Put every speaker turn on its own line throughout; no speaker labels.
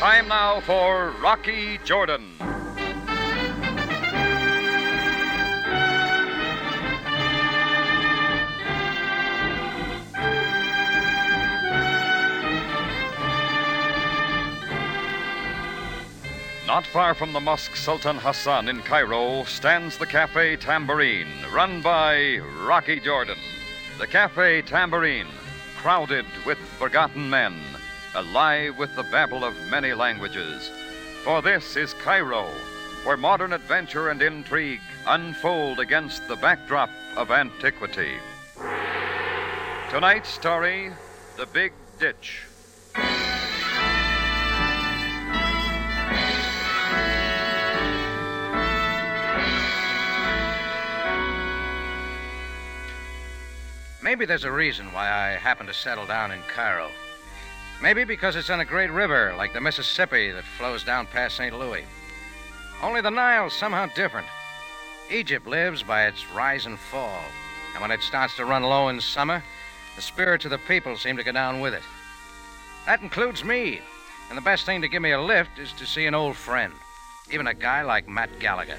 Time now for Rocky Jordan. Not far from the Mosque Sultan Hassan in Cairo stands the Cafe Tambourine, run by Rocky Jordan. The Cafe Tambourine, crowded with forgotten men, alive with the babble of many languages. For this is Cairo, where modern adventure and intrigue unfold against the backdrop of antiquity. Tonight's story The Big Ditch.
Maybe there's a reason why I happen to settle down in Cairo. Maybe because it's on a great river like the Mississippi that flows down past St. Louis. Only the Nile's somehow different. Egypt lives by its rise and fall, and when it starts to run low in summer, the spirits of the people seem to go down with it. That includes me, and the best thing to give me a lift is to see an old friend, even a guy like Matt Gallagher.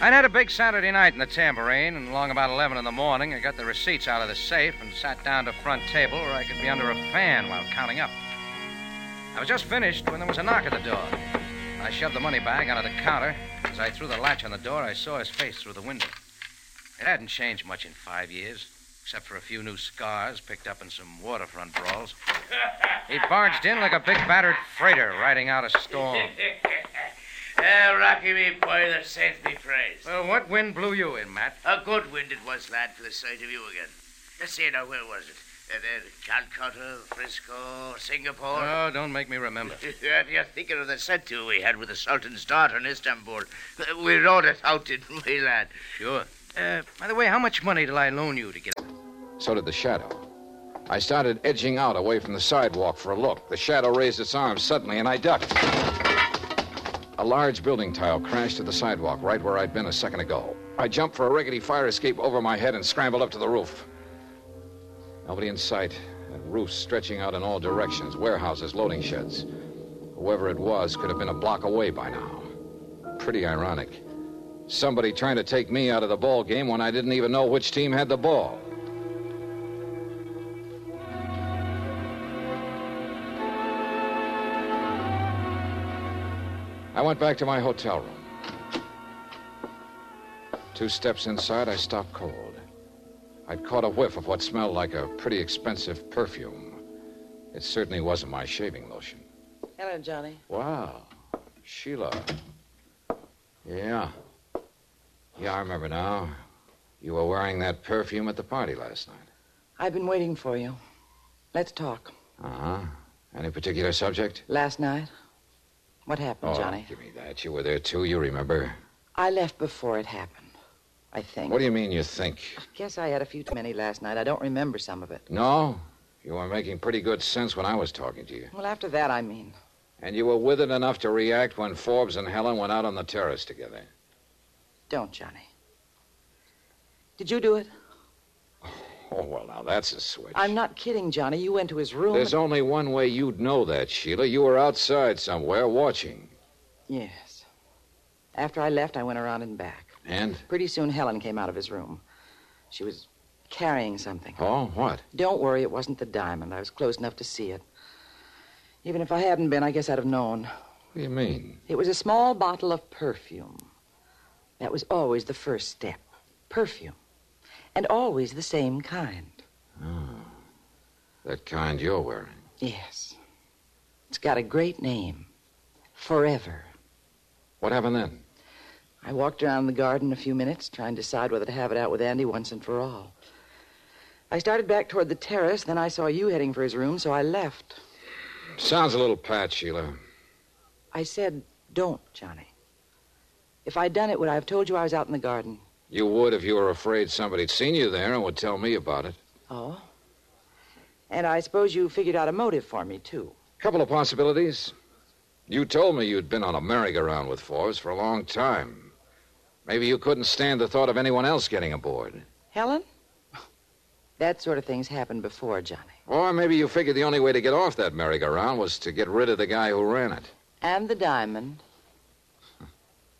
I'd had a big Saturday night in the tambourine, and along about 11 in the morning, I got the receipts out of the safe and sat down to front table where I could be under a fan while counting up. I was just finished when there was a knock at the door. I shoved the money bag under the counter. As I threw the latch on the door, I saw his face through the window. It hadn't changed much in five years, except for a few new scars picked up in some waterfront brawls. He barged in like a big battered freighter riding out a storm.
Ah, Rocky, me boy, that saints be praised.
Well, Uh, what wind blew you in, Matt?
A good wind it was, lad, for the sight of you again. Let's see now, where was it? Uh, uh, Calcutta, Frisco, Singapore.
Oh, don't make me remember.
If You're thinking of the set-to we had with the Sultan's daughter in Istanbul. Uh, We rode it out, didn't we, lad?
Sure. Uh, by the way, how much money did I loan you to get?
So did the shadow. I started edging out away from the sidewalk for a look. The shadow raised its arm suddenly, and I ducked. A large building tile crashed to the sidewalk right where I'd been a second ago. I jumped for a rickety fire escape over my head and scrambled up to the roof. Nobody in sight. That roof stretching out in all directions warehouses, loading sheds. Whoever it was could have been a block away by now. Pretty ironic. Somebody trying to take me out of the ball game when I didn't even know which team had the ball. I went back to my hotel room. Two steps inside, I stopped cold. I'd caught a whiff of what smelled like a pretty expensive perfume. It certainly wasn't my shaving lotion.
Hello, Johnny.
Wow. Sheila. Yeah. Yeah, I remember now. You were wearing that perfume at the party last night.
I've been waiting for you. Let's talk.
Uh huh. Any particular subject?
Last night, what
Oh.
happened, Johnny?
give me that. You were there too, you remember.
I left before it happened, I think.
What do you mean you think?
Guess I had a few too many last night. I don't remember some of it.
No? You were making pretty good sense when I was talking to you.
Well, after that, I mean.
And you were withered enough to react when Forbes and Helen went out on the terrace together.
Don't, Johnny. Did you do it?
Oh, well, now that's a switch.
I'm not kidding, Johnny. You went to his room.
There's only one way you'd know that, Sheila. You were outside somewhere watching.
Yes. After I left, I went around and back.
And?
Pretty soon, Helen came out of his room. She was carrying something.
Oh, what?
Don't worry, it wasn't the diamond. I was close enough to see it. Even if I hadn't been, I guess I'd have known.
What do you mean?
It was a small bottle of perfume. That was always the first step perfume. And always the same kind.
Oh, That kind you're wearing.
Yes. It's got a great name Forever.
What happened then?
I walked around the garden a few minutes, trying to decide whether to have it out with Andy once and for all. I started back toward the terrace, then I saw you heading for his room, so I left.
Sounds a little pat, Sheila.
I said, Don't, Johnny. If I'd done it, would I have told you I was out in the garden?
You would if you were afraid somebody'd seen you there and would tell me about it.
Oh? And I suppose you figured out a motive for me, too.
Couple of possibilities. You told me you'd been on a merry-go-round with Forbes for a long time. Maybe you couldn't stand the thought of anyone else getting aboard.
Helen? That sort of thing's happened before, Johnny.
Or maybe you figured the only way to get off that merry-go-round was to get rid of the guy who ran it.
And the diamond.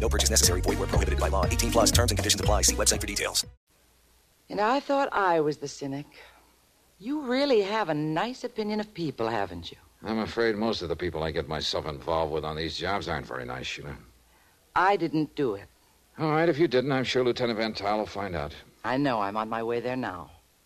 No purchase necessary. Void where prohibited by law. 18 plus terms and conditions apply. See website for details.
And I thought I was the cynic. You really have a nice opinion of people, haven't you?
I'm afraid most of the people I get myself involved with on these jobs aren't very nice, Sheila.
I didn't do it.
All right, if you didn't, I'm sure Lieutenant Van Tyle will find out.
I know I'm on my way there now.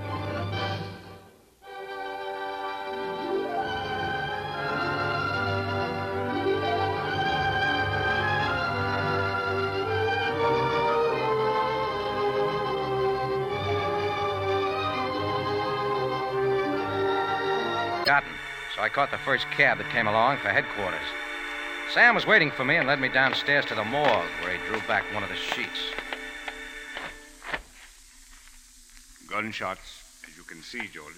Gotten. So I caught the first cab that came along for headquarters. Sam was waiting for me and led me downstairs to the morgue where he drew back one of the sheets.
Gunshots, as you can see, Jordan.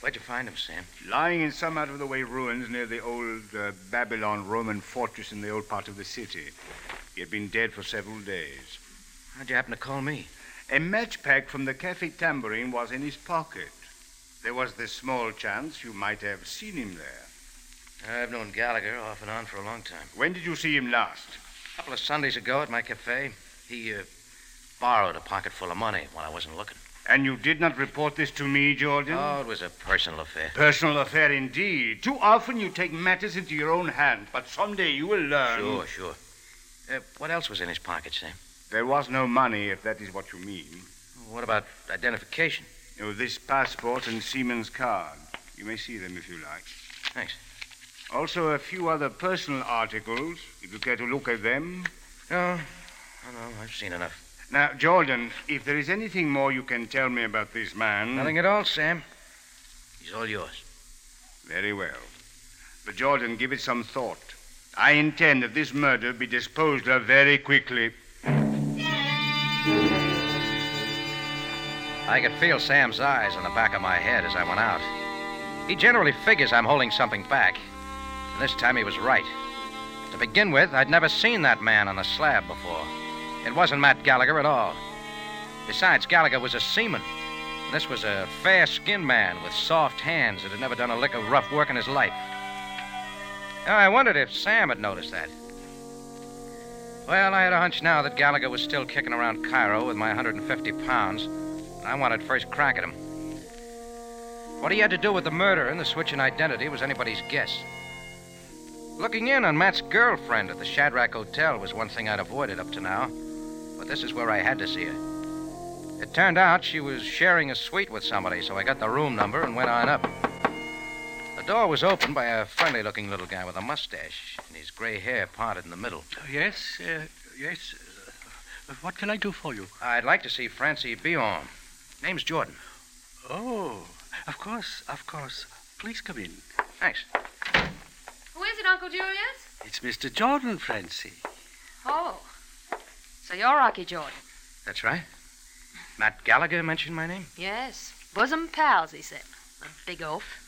Where'd you find him, Sam?
Lying in some out of the way ruins near the old uh, Babylon Roman fortress in the old part of the city. He had been dead for several days.
How'd you happen to call me?
A match pack from the Cafe Tambourine was in his pocket. There was the small chance you might have seen him there.
I've known Gallagher off and on for a long time.
When did you see him last?
A couple of Sundays ago at my cafe, he uh, borrowed a pocket full of money while I wasn't looking.
And you did not report this to me, Jordan?
Oh, it was a personal affair.
Personal affair indeed. Too often you take matters into your own hands, but someday you will learn.
Sure, sure. Uh, what else was in his pocket, Sam?
There was no money, if that is what you mean.
What about identification?
Oh, this passport and seaman's card. You may see them if you like.
Thanks.
Also, a few other personal articles, if you care to look at them.
No, no, Oh, no, I've seen enough.
Now, Jordan, if there is anything more you can tell me about this man.
Nothing at all, Sam. He's all yours.
Very well. But, Jordan, give it some thought. I intend that this murder be disposed of very quickly.
I could feel Sam's eyes on the back of my head as I went out. He generally figures I'm holding something back. And this time he was right. To begin with, I'd never seen that man on the slab before. It wasn't Matt Gallagher at all. Besides, Gallagher was a seaman. And this was a fair skinned man with soft hands that had never done a lick of rough work in his life. Now, I wondered if Sam had noticed that. Well, I had a hunch now that Gallagher was still kicking around Cairo with my 150 pounds. I wanted first crack at him. What he had to do with the murder and the switch in identity was anybody's guess. Looking in on Matt's girlfriend at the Shadrack Hotel was one thing I'd avoided up to now, but this is where I had to see her. It turned out she was sharing a suite with somebody, so I got the room number and went on up. The door was opened by a friendly looking little guy with a mustache and his gray hair parted in the middle.
Yes, uh, yes. Uh, what can I do for you?
I'd like to see Francie Bion. Name's Jordan.
Oh, of course, of course. Please come in.
Thanks.
Who is it, Uncle Julius?
It's Mr. Jordan, Francie.
Oh. So you're Rocky Jordan.
That's right. Matt Gallagher mentioned my name?
Yes. Bosom pals, he said. A big oaf.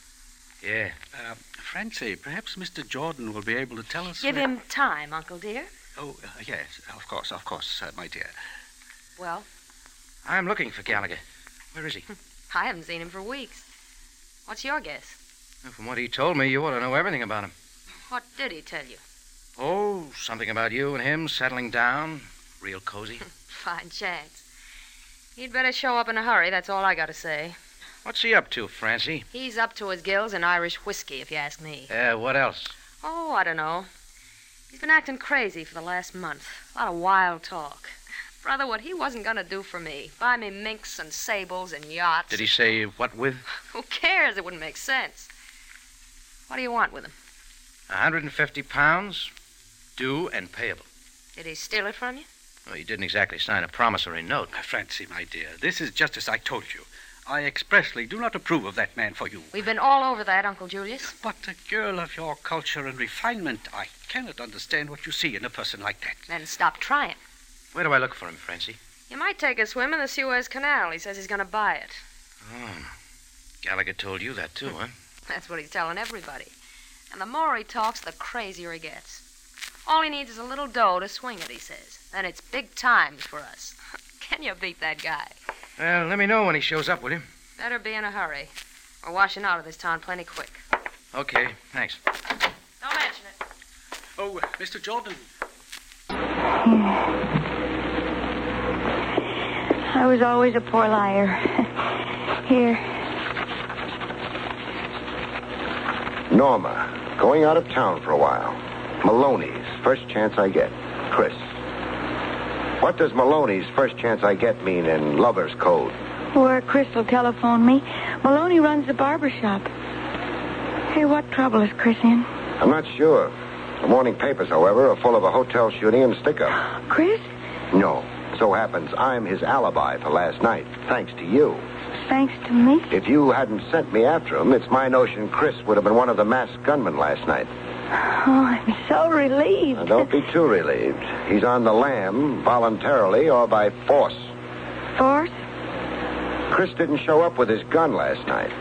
Yeah.
Uh, Francie, perhaps Mr. Jordan will be able to tell us.
Give
where-
him time, Uncle dear.
Oh, uh, yes, of course, of course, uh, my dear.
Well,
I'm looking for Gallagher. Where is he?
I haven't seen him for weeks. What's your guess?
From what he told me, you ought to know everything about him.
What did he tell you?
Oh, something about you and him settling down. Real cozy.
Fine chance. He'd better show up in a hurry, that's all I gotta say.
What's he up to, Francie?
He's up to his gills in Irish whiskey, if you ask me.
Uh, what else?
Oh, I don't know. He's been acting crazy for the last month. A lot of wild talk. Brother, what he wasn't gonna do for me. Buy me minks and sables and yachts.
Did he say what with?
Who cares? It wouldn't make sense. What do you want with him?
150 pounds, due and payable.
Did he steal it from you?
Well, he didn't exactly sign a promissory note.
Francie, my dear, this is just as I told you. I expressly do not approve of that man for you.
We've been all over that, Uncle Julius.
But a girl of your culture and refinement, I cannot understand what you see in a person like that.
Then stop trying.
Where do I look for him, Francie?
You might take a swim in the Suez Canal. He says he's gonna buy it.
Oh. Gallagher told you that, too, huh?
That's what he's telling everybody. And the more he talks, the crazier he gets. All he needs is a little dough to swing it, he says. Then it's big times for us. Can you beat that guy?
Well, let me know when he shows up, will you?
Better be in a hurry. We're washing out of this town plenty quick.
Okay, thanks.
Don't mention it.
Oh, uh, Mr. Jordan.
I was always a poor liar. Here.
eh? Norma, going out of town for a while. Maloney's, first chance I get. Chris. What does Maloney's first chance I get mean in lover's code?
Where Crystal telephoned me. Maloney runs the barber shop. Hey, what trouble is Chris in?
I'm not sure. The morning papers, however, are full of a hotel shooting and stick up.
Chris?
No. So happens I'm his alibi for last night, thanks to you.
Thanks to me.
If you hadn't sent me after him, it's my notion Chris would have been one of the masked gunmen last night.
Oh, I'm so relieved.
Now, don't be too relieved. He's on the lam voluntarily or by force.
Force?
Chris didn't show up with his gun last night.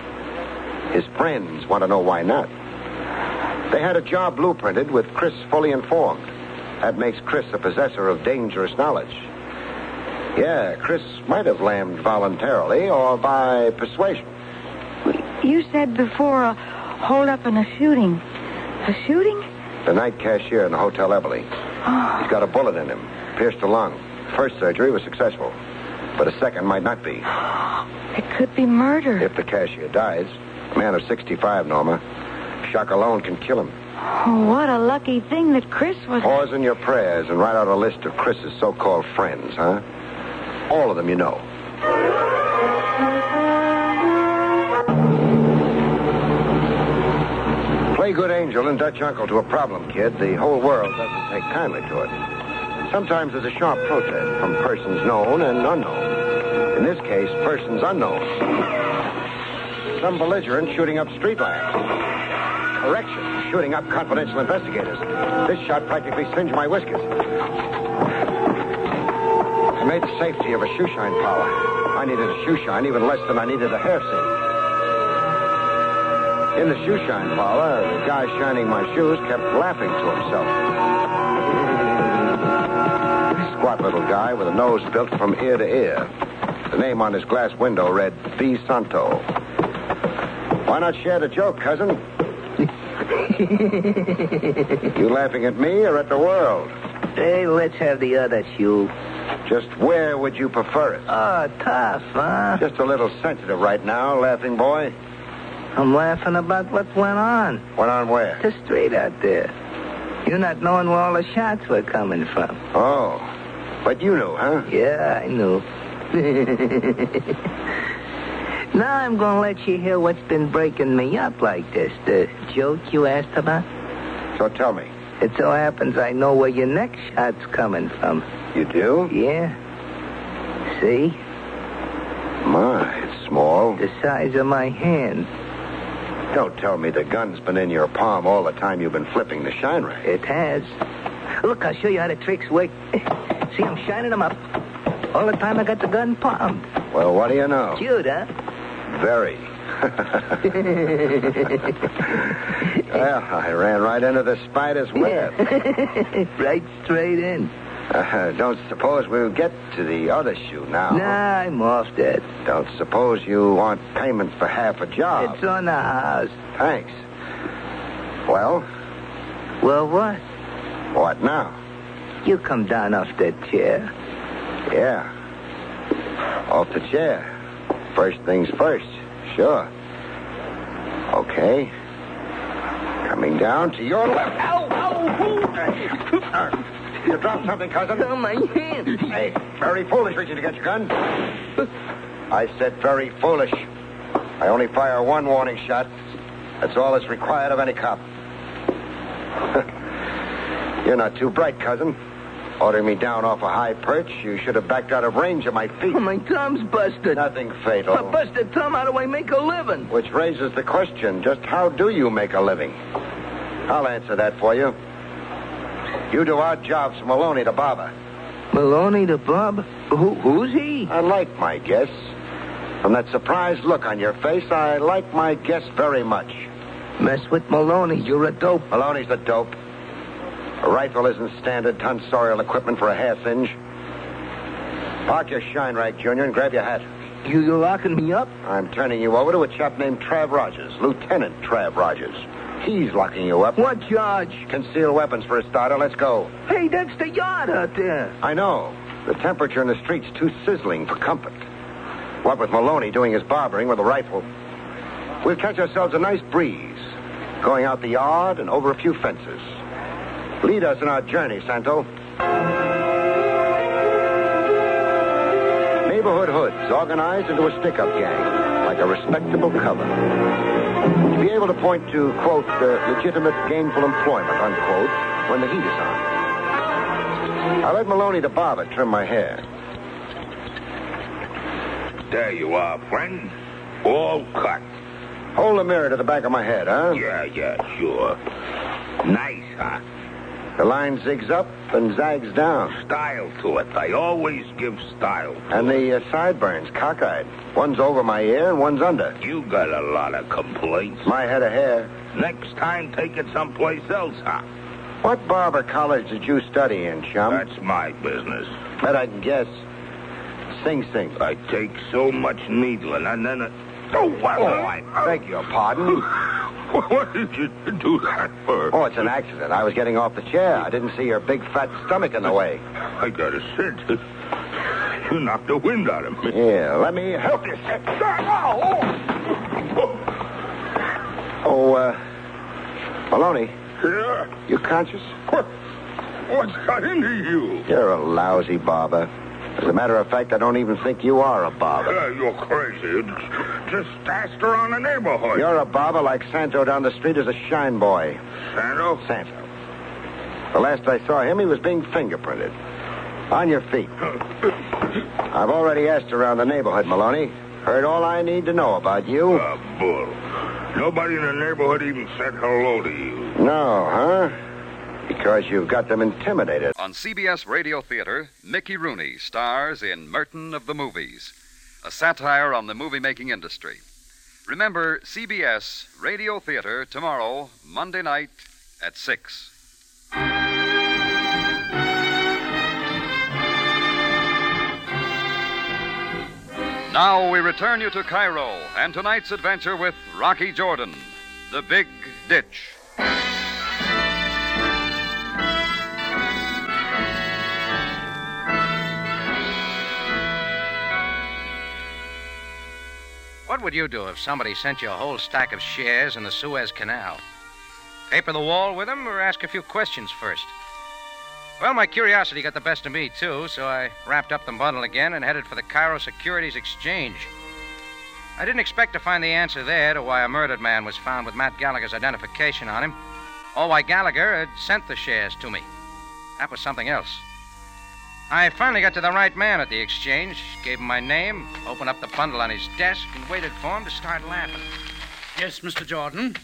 His friends want to know why not. They had a job blueprinted with Chris fully informed. That makes Chris a possessor of dangerous knowledge. Yeah, Chris might have lammed voluntarily or by persuasion.
You said before uh, a holdup and a shooting. A shooting? Oh,
The night cashier in the Hotel Eboli. He's got a bullet in him, pierced the lung. First surgery was successful, but a second might not be.
It could be murder.
If the cashier dies, a man of 65, Norma, shock alone can kill him.
Oh, what a lucky thing that Chris was.
Pause in your prayers and write out a list of Chris's so called friends, huh? All of them you know. Play good angel and Dutch uncle to a problem, kid. The whole world doesn't take kindly to it. Sometimes there's a sharp protest from persons known and unknown. In this case, persons unknown. Some belligerent shooting up streetlamps. Correction, shooting up confidential investigators. This shot practically singed my whiskers. I made the safety of a shoeshine power. I needed a shoeshine even less than I needed a hair set. In the shoeshine parlor, the guy shining my shoes kept laughing to himself. Squat little guy with a nose built from ear to ear. The name on his glass window read B. Santo. Why not share the joke, cousin? You laughing at me or at the world?
Hey, let's have the other shoe.
Just where would you prefer it?
Ah,
Oh, tough, huh?
Just a little sensitive right now, laughing boy.
I'm laughing about what went on.
Went on where?
The street out there. You not knowing where all the shots were coming from.
Oh. But you knew, huh?
Yeah, I knew. now I'm gonna let you hear what's been breaking me up like this. The joke you asked about?
So tell me.
It so happens I know where your next shot's coming from.
You do?
Yeah. See?
My, it's small.
The size of my hand.
Don't tell me the gun's been in your palm all the time you've been flipping the shine rack.
It has. Look, I'll show you how the tricks work. See, I'm shining them up. All the time I got the gun palmed.
Well, what do you know?
Cute, huh?
Very. well, I ran right into the spider's web.
right straight in.
Uh, don't suppose we'll get to the other shoe now.
Nah, I'm off that.
Don't suppose you want payment for half a job.
It's on the house.
Thanks. Well?
Well, what?
What now?
You come down off that chair.
Yeah. Off the chair. First things first. Sure. Okay. Coming down to your left. Ow, ow, whoo. You dropped something, cousin.
Oh, my hand.
Hey, very foolish, Richard, to get your gun. I said very foolish. I only fire one warning shot. That's all that's required of any cop. You're not too bright, cousin. Ordering me down off a high perch, you should have backed out of range of my feet.
Oh, my thumb's busted.
Nothing fatal.
If I bust a thumb, how do I make a living?
Which raises the question just how do you make a living? I'll answer that for you. You do odd jobs from Maloney to Baba.
Maloney the Bob? Who, who's he?
I like my guess. From that surprised look on your face, I like my guess very much.
Mess with Maloney, you're a dope.
Maloney's a dope. A rifle isn't standard tonsorial equipment for a half inch. Park your shine rack, Junior, and grab your hat.
You, you're locking me up?
I'm turning you over to a chap named Trav Rogers, Lieutenant Trav Rogers. He's locking you up.
What charge?
Conceal weapons for a starter. Let's go.
Hey, that's the yard out there.
I know. The temperature in the street's too sizzling for comfort. What with Maloney doing his barbering with a rifle, we'll catch ourselves a nice breeze, going out the yard and over a few fences. Lead us in our journey, Santo. Neighborhood hoods organized into a stick-up gang, like a respectable cover to be able to point to, quote, uh, legitimate gainful employment, unquote, when the heat is on. I let Maloney the barber trim my hair.
There you are, friend. All cut.
Hold the mirror to the back of my head, huh?
Yeah, yeah, sure. Nice, huh?
The line zigs up and zags down.
Style to it. I always give style.
and the uh, sideburns cockeyed. One's over my ear and one's under.
You got a lot of complaints.
My head of hair.
Next time, take it someplace else, huh?
What barber college did you study in, chum?
That's my business.
Bet I can guess. Sing Sing.
I take so much needling, and then it... Oh, what?
Oh, I beg your pardon.
what did you do that for?
Oh, it's an accident. I was getting off the chair. I didn't see your big fat stomach in the way.
I gotta sit. You knocked the wind out of me.
Yeah, let me help you. sit. Oh, uh, Maloney,
Yeah.
you conscious?
What? What's got into you?
You're a lousy barber. As a matter of fact, I don't even think you are a barber.
Yeah, you're crazy. It's Just asked around the neighborhood.
You're a barber like Santo down the street is a shine boy.
Santo?
Santo. The last I saw him, he was being fingerprinted. On your feet. I've already asked around the neighborhood, Maloney. Heard all I need to know about you.
Uh, bull. Nobody in the neighborhood even said hello to you.
No, huh? Because you've got them intimidated.
On CBS Radio Theater, Mickey Rooney stars in Merton of the Movies, a satire on the movie making industry. Remember CBS Radio Theater tomorrow, Monday night at 6. Now we return you to Cairo and tonight's adventure with Rocky Jordan, The Big Ditch.
What What would you do if somebody sent you a whole stack of shares in the Suez Canal? Paper the wall with them or ask a few questions first? Well, my curiosity got the best of me, too, so I wrapped up the bundle again and headed for the Cairo Securities Exchange. I didn't expect to find the answer there to why a murdered man was found with Matt Gallagher's identification on him, or why Gallagher had sent the shares to me. That was something else. I finally got to the right man at the exchange, gave him my name, opened up the bundle on his desk, and waited for him to start laughing.
Yes, Mr. Jordan.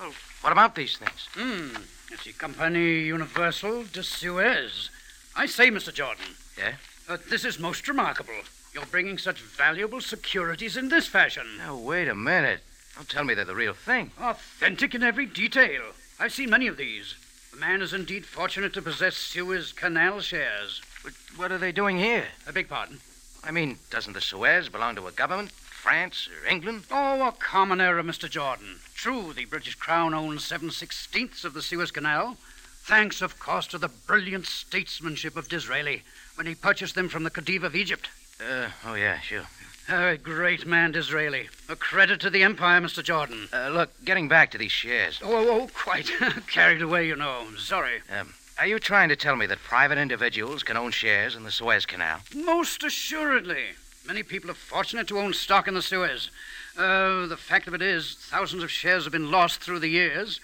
Well, what about these things?
Hmm. It's the Compagnie Universal de Suez. I say, Mr. Jordan,
Yeah?
uh, this is most remarkable. You're bringing such valuable securities in this fashion.
Now, wait a minute. Don't tell me they're the real thing.
Authentic in every detail. I've seen many of these. The man is indeed fortunate to possess Suez Canal shares.
But what are they doing here?
I beg pardon?
I mean, doesn't the Suez belong to a government? France or England?
Oh, a common error, Mr. Jordan. True, the British Crown owns seven sixteenths of the Suez Canal, thanks, of course, to the brilliant statesmanship of Disraeli when he purchased them from the Khedive of Egypt.
Uh, oh, yeah, sure.
Oh, A great man, Disraeli. A credit to the Empire, Mr. Jordan.
Uh, look, getting back to these shares.
Oh, oh, oh quite. Carried away, you know. I'm Sorry.
Um, are you trying to tell me that private individuals can own shares in the Suez Canal?
Most assuredly. Many people are fortunate to own stock in the Suez. Uh, the fact of it is, thousands of shares have been lost through the years.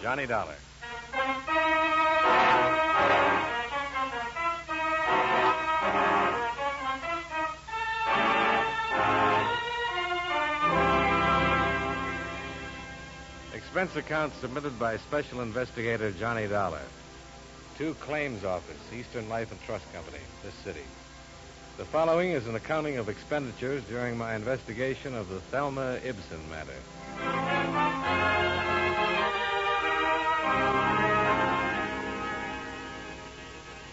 Johnny Dollar.
Expense account submitted by Special Investigator Johnny Dollar. To Claims Office, Eastern Life and Trust Company, this city. The following is an accounting of expenditures during my investigation of the Thelma Ibsen matter.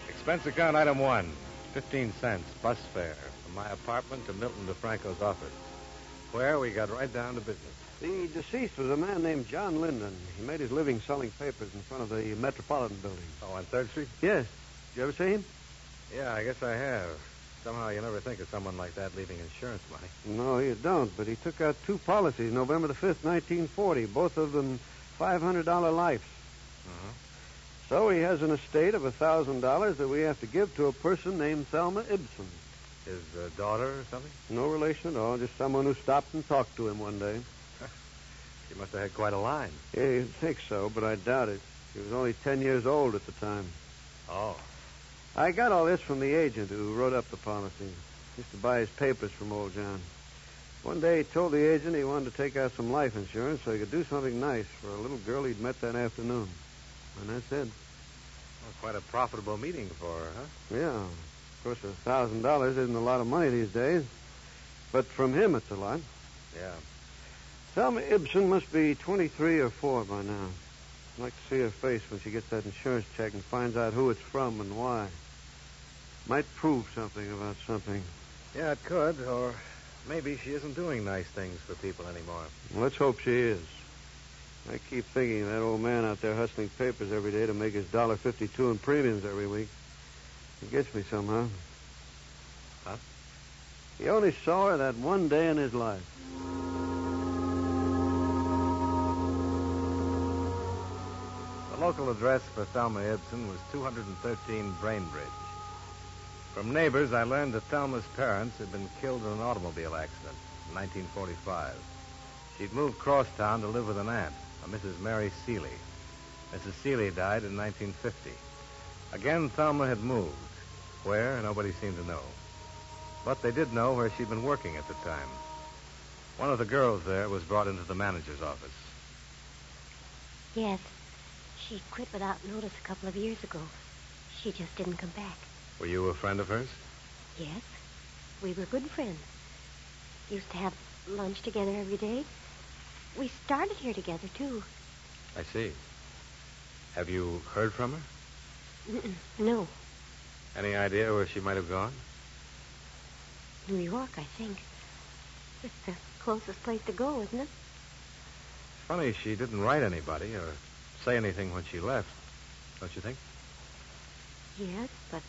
Expense account item one 15 cents bus fare from my apartment to Milton DeFranco's office, where we got right down to business.
The deceased was a man named John Linden. He made his living selling papers in front of the Metropolitan Building.
Oh, on Third Street?
Yes. Did you ever see him?
Yeah, I guess I have. Somehow you never think of someone like that leaving insurance money.
No, you don't. But he took out two policies, November the fifth, nineteen forty. Both of them, five hundred dollar lives.
Uh-huh.
So he has an estate of thousand dollars that we have to give to a person named Thelma Ibsen.
His uh, daughter or something?
No relation at all. Just someone who stopped and talked to him one day.
She must have had quite a line.
Yeah, you'd think so, but I doubt it. He was only ten years old at the time.
Oh.
I got all this from the agent who wrote up the policy. Used to buy his papers from old John. One day he told the agent he wanted to take out some life insurance so he could do something nice for a little girl he'd met that afternoon. And that's it.
Well, quite a profitable meeting for her, huh?
Yeah. Of course, a thousand dollars isn't a lot of money these days. But from him, it's a lot.
Yeah.
Thelma Ibsen must be 23 or 4 by now. I'd like to see her face when she gets that insurance check and finds out who it's from and why. Might prove something about something.
Yeah, it could, or maybe she isn't doing nice things for people anymore.
Let's hope she is. I keep thinking of that old man out there hustling papers every day to make his dollar fifty-two in premiums every week. It gets me somehow.
Huh?
He only saw her that one day in his life.
The local address for Thelma Ibsen was 213 Brainbridge. From neighbors, I learned that Thelma's parents had been killed in an automobile accident in 1945. She'd moved cross town to live with an aunt, a Mrs. Mary Seeley. Mrs. Seeley died in 1950. Again, Thelma had moved. Where, nobody seemed to know. But they did know where she'd been working at the time. One of the girls there was brought into the manager's office.
Yes. She quit without notice a couple of years ago. She just didn't come back.
Were you a friend of hers?
Yes. We were good friends. Used to have lunch together every day. We started here together, too.
I see. Have you heard from her?
Mm-mm. No,
Any idea where she might have gone?
New York, I think. It's the closest place to go, isn't it?
Funny she didn't write anybody or say anything when she left, don't you think?
Yes, but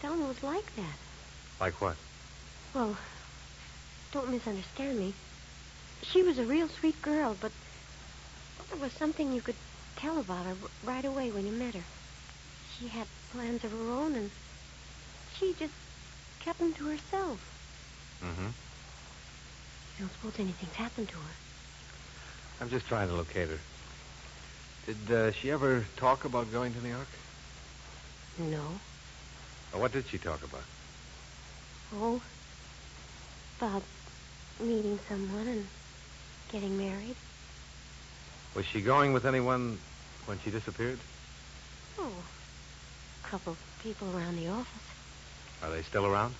Thelma was like that.
Like what?
Well, Oh, Don't misunderstand me. She was a real sweet girl, but there was something you could tell about her r- right away when you met her. She had plans of her own, and she just kept them to herself.
Mm-hmm.
You don't suppose anything's happened to her?
I'm just trying to locate her. Did uh, she ever talk about going to New York?
No.
Or what did she talk about?
Oh, about meeting someone and getting married.
Was she going with anyone when she disappeared?
Oh, a couple of people around the office.
Are they still around?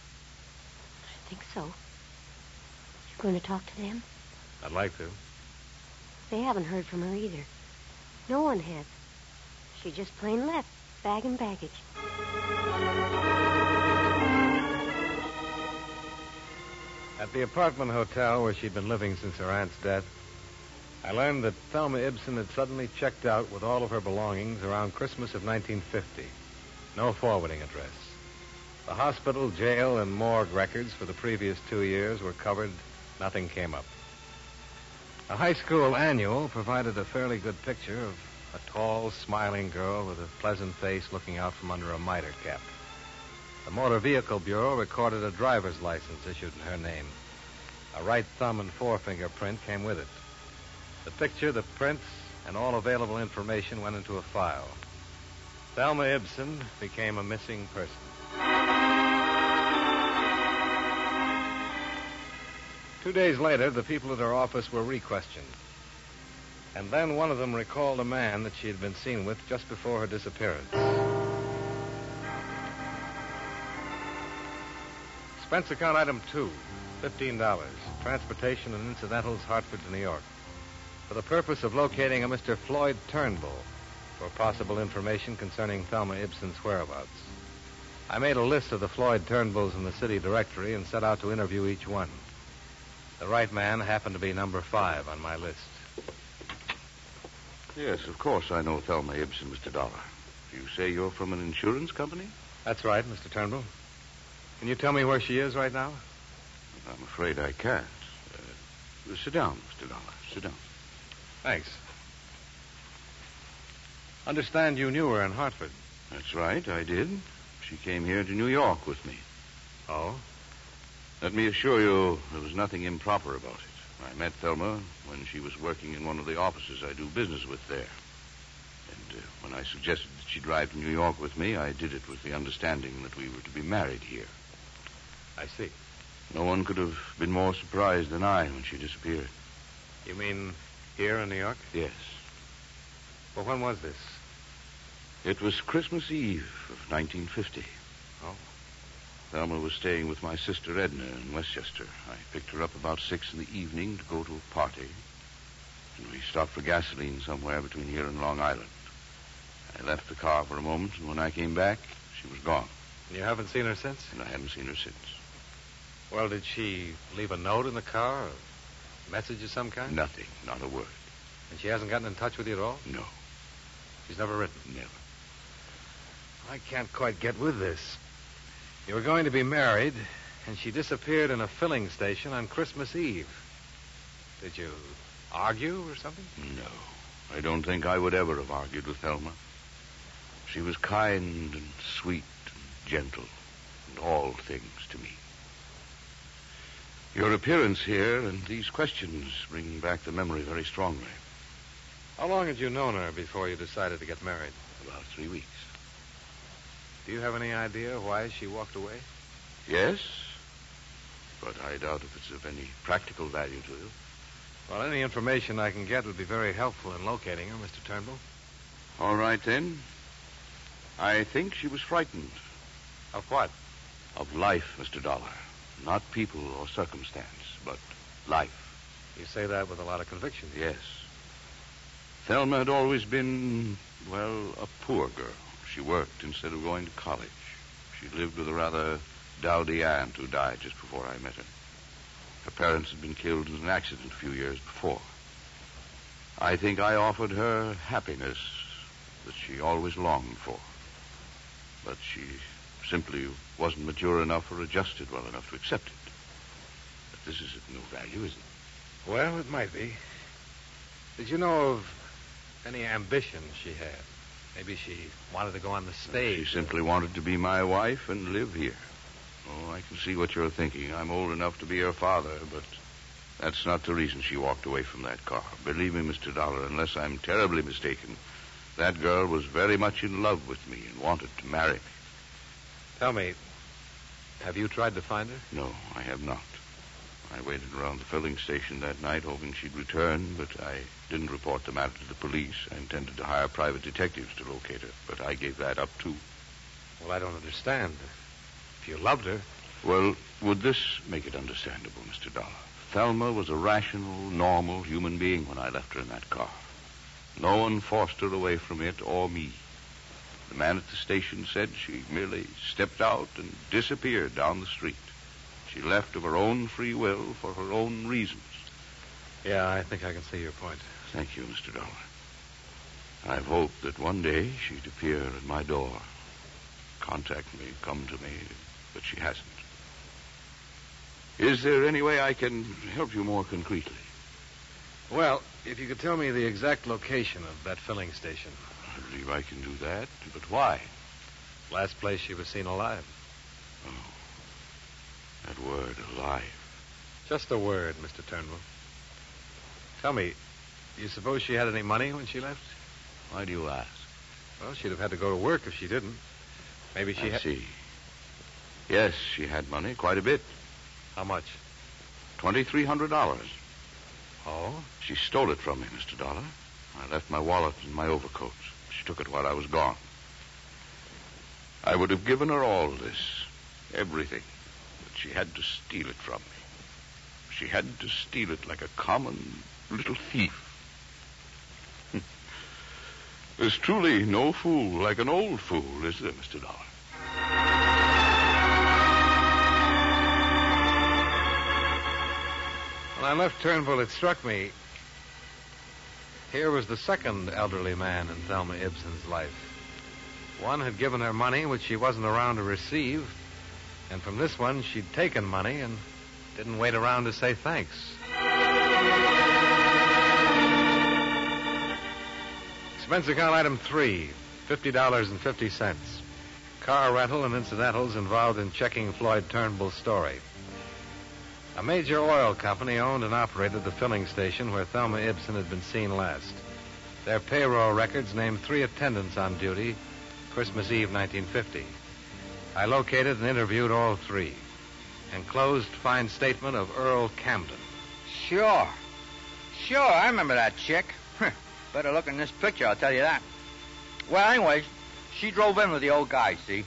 I think so. You're going to talk to them?
I'd like to.
They haven't heard from her either. No one has. She just plain left, bag and baggage.
At the apartment hotel where she'd been living since her aunt's death, I learned that Thelma Ibsen had suddenly checked out with all of her belongings around Christmas of 1950. No forwarding address. The hospital, jail, and morgue records for the previous two years were covered. Nothing came up. A high school annual provided a fairly good picture of a tall, smiling girl with a pleasant face looking out from under a mitre cap. The Motor Vehicle Bureau recorded a driver's license issued in her name. A right thumb and forefinger print came with it. The picture, the prints, and all available information went into a file. Thelma Ibsen became a missing person. Two days later, the people at her office were re-questioned. And then one of them recalled a man that she had been seen with just before her disappearance. Expense account item two, $15. Transportation and incidentals, Hartford to New York. For the purpose of locating a Mr. Floyd Turnbull for possible information concerning Thelma Ibsen's whereabouts. I made a list of the Floyd Turnbulls in the city directory and set out to interview each one. The right man happened to be number five on my list.
Yes, of course I know Thelma Ibsen, Mr. Dollar. You say you're from an insurance company?
That's right, Mr. Turnbull. Can you tell me where she is right now?
I'm afraid I can't. Uh, sit down, Mr. Dollar. Sit down.
Thanks. Understand you knew her in Hartford.
That's right, I did. She came here to New York with me.
Oh?
Let me assure you, there was nothing improper about it. I met Thelma when she was working in one of the offices I do business with there. And uh, when I suggested that she drive to New York with me, I did it with the understanding that we were to be married here.
I see.
No one could have been more surprised than I when she disappeared.
You mean here in New York?
Yes.
Well, when was this?
It was Christmas Eve of 1950.
Oh.
Thelma was staying with my sister Edna in Westchester. I picked her up about six in the evening to go to a party. And we stopped for gasoline somewhere between here and Long Island. I left the car for a moment, and when I came back, she was gone.
You haven't seen her since?
And I haven't seen her since.
Well, did she leave a note in the car? Or a message of some kind?
Nothing, not a word.
And she hasn't gotten in touch with you at all?
No,
She's never written?
never.
I can't quite get with this. You were going to be married, and she disappeared in a filling station on Christmas Eve. Did you argue or something?
No. I don't think I would ever have argued with Thelma. She was kind and sweet and gentle and all things to me. Your appearance here and these questions bring back the memory very strongly.
How long had you known her before you decided to get married?
About three weeks.
Do you have any idea why she walked away?
Yes? But I doubt if it's of any practical value to you.
Well, any information I can get would be very helpful in locating her, Mr. Turnbull.
All right, then. I think she was frightened
Of what?
of life, Mr. Dollar. Not people or circumstance, but life.
You say that with a lot of conviction.
Yes. Thelma had always been, well, a poor girl. She worked instead of going to college. She lived with a rather dowdy aunt who died just before I met her. Her parents had been killed in an accident a few years before. I think I offered her happiness that she always longed for. But she simply wasn't mature enough or adjusted well enough to accept it. This is of no value, is it?
Well, it might be. Did you know of any ambition she had? Maybe she wanted to go on the
She
stage.
simply wanted to be my wife and live here. Oh, I can see what you're thinking. I'm old enough to be her father, but that's not the reason she walked away from that car. Believe me, Mr. Dollar, unless I'm terribly mistaken, that girl was very much in love with me and wanted to marry me.
Tell me, have you tried to find her?
No, I have not. I waited around the filling station that night hoping she'd return, but I didn't report the matter to the police. I intended to hire private detectives to locate her, but I gave that up too.
Well, I don't understand. If you loved her.
Well, would this make it understandable, Mr. Dollar? Thelma was a rational, normal human being when I left her in that car. No one forced her away from it or me. The man at the station said she merely stepped out and disappeared down the street. She left of her own free will for her own reasons.
Yeah, I think I can see your point.
Thank you, Mr. Dollar. I've hoped that one day she'd appear at my door, contact me, come to me, but she hasn't. Is there any way I can help you more concretely?
Well, if you could tell me the exact location of that filling station.
I believe I can do that, but why?
Last place she was seen alive.
Oh, That word, alive.
Just a word, Mr. Turnbull. Tell me, you suppose she had any money when she left?
Why do you ask?
Well, she'd have had to go to work if she didn't. Maybe she
I
had.
see. Yes, she had money, quite a bit.
How much?
$2,300.
Oh?
She stole it from me, Mr. Dollar. I left my wallet and my overcoat. She took it while I was gone. I would have given her all this, everything, but she had to steal it from me. She had to steal it like a common little thief. There's truly no fool like an old fool, is there, Mr. Dollar?
When I left Turnbull, it struck me. Here was the second elderly man in Thelma Ibsen's life. One had given her money, which she wasn't around to receive, and from this one, she'd taken money and didn't wait around to say thanks. Expense account item three $50.50. Car rental and incidentals involved in checking Floyd Turnbull's story. A major oil company owned and operated the filling station where Thelma Ibsen had been seen last. Their payroll records named three attendants on duty Christmas Eve 1950. I located and interviewed all three. Enclosed fine statement of Earl Camden.
Sure. Sure, I remember that chick. Better look in this picture, I'll tell you that. Well, anyways, she drove in with the old guy, see?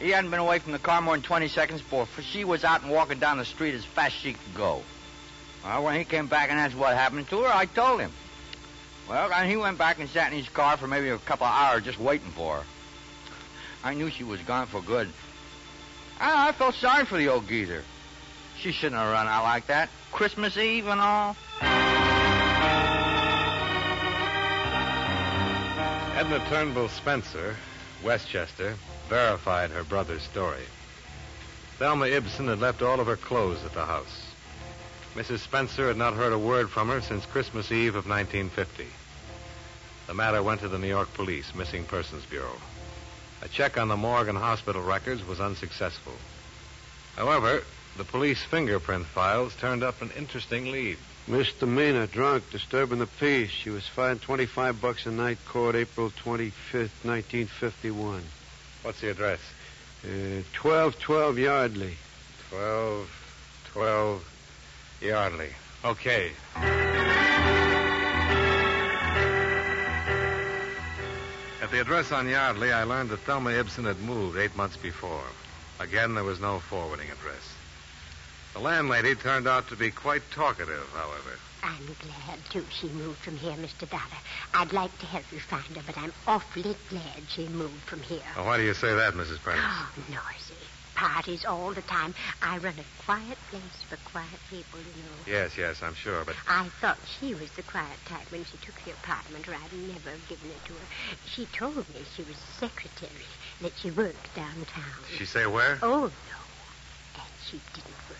He hadn't been away from the car more than 20 seconds before for she was out and walking down the street as fast as she could go. Well, when he came back and asked what happened to her, I told him. Well, and he went back and sat in his car for maybe a couple of hours just waiting for her. I knew she was gone for good. Ah, I, I felt sorry for the old geezer. She shouldn't have run out like that. Christmas Eve and all.
Edna Turnbull Spencer, Westchester, verified her brother's story. Thelma Ibsen had left all of her clothes at the house. Mrs. Spencer had not heard a word from her since Christmas Eve of 1950. The matter went to the New York Police Missing Persons Bureau. A check on the morgue and hospital records was unsuccessful. However, the police fingerprint files turned up an interesting lead.
Misdemeanor, drunk, disturbing the peace. She was fined 25 bucks a night, court April 25th, 1951.
What's the address?
Uh, 1212 Yardley.
12, 12, Yardley. Okay. At the address on Yardley, I learned that Thelma Ibsen had moved eight months before. Again, there was no forwarding address. The landlady turned out to be quite talkative, however.
I'm glad, too, she moved from here, Mr. Dollar. I'd like to help you find her, but I'm awfully glad she moved from here.
Now, why Oh, do you say that, Mrs. Prentice?
Oh, noisy. Parties all the time. I run a quiet place for quiet people, you know.
Yes, yes, I'm sure, but.
I thought she was the quiet type when she took the apartment, or I'd never have given it to her. She told me she was a secretary, that she worked downtown.
She say where?
Oh, no. And she didn't work.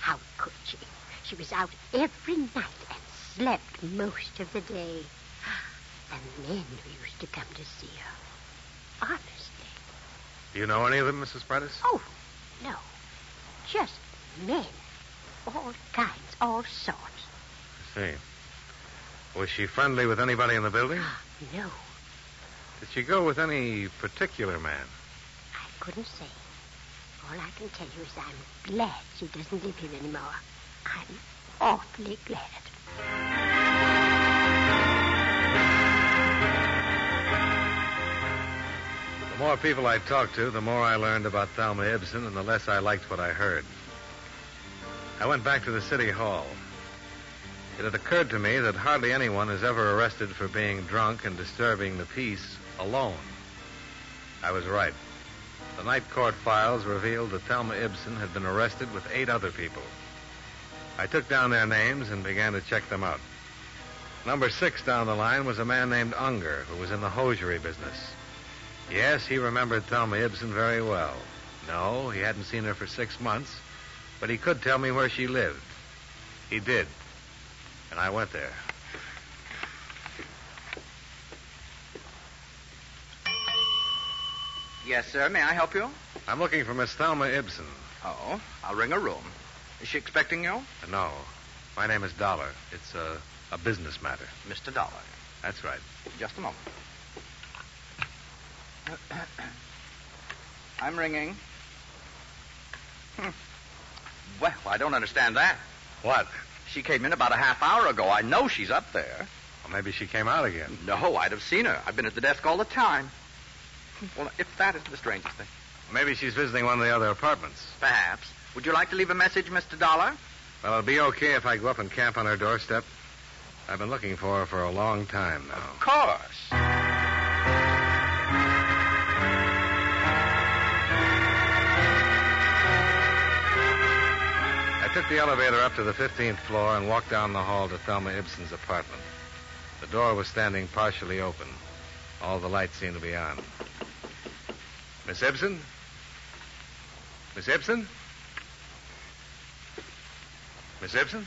How could she? She was out every night and slept most of the day. And men who used to come to see her. Honest,
Do you know any of them, Mrs. Prentice?
Oh, no. Just men. All kinds, all sorts.
I see. Was she friendly with anybody in the building?
No,
Did she go with any particular man?
I couldn't say. All I can tell you is I'm glad she doesn't live here anymore. I'm awfully glad.
The more people I talked to, the more I learned about Thelma Ibsen and the less I liked what I heard. I went back to the city hall. It had occurred to me that hardly anyone is ever arrested for being drunk and disturbing the peace alone. I was right. The night court files revealed that Thelma Ibsen had been arrested with eight other people. I took down their names and began to check them out. Number six down the line was a man named Unger, who was in the hosiery business. Yes, he remembered Thelma Ibsen very well. No, he hadn't seen her for six months, but he could tell me where she lived. He did. And I went there.
Yes, sir. May I help you?
I'm looking for Miss Thelma Ibsen.
Oh, I'll ring her room. Is she expecting you?
Uh, No, my name is Dollar. It's a, a business matter.
Mr. Dollar.
That's right.
Just a moment. I'm ringing. Hmm. Well, I don't understand that.
What?
She came in about a half hour ago. I know she's up there.
Well, maybe she came out again.
No, I'd have seen her. I've been at the desk all the time. Well, if that is the strangest thing.
Maybe she's visiting one of the other apartments.
Perhaps. Would you like to leave a message, Mr. Dollar?
Well, it'll be okay if I go up and camp on her doorstep. I've been looking for her for a long time now.
Of course.
I took the elevator up to the 15th floor and walked down the hall to Thelma Ibsen's apartment. The door was standing partially open. All the lights seemed to be on. Miss Ibsen? Miss Ibsen? Miss Ibsen?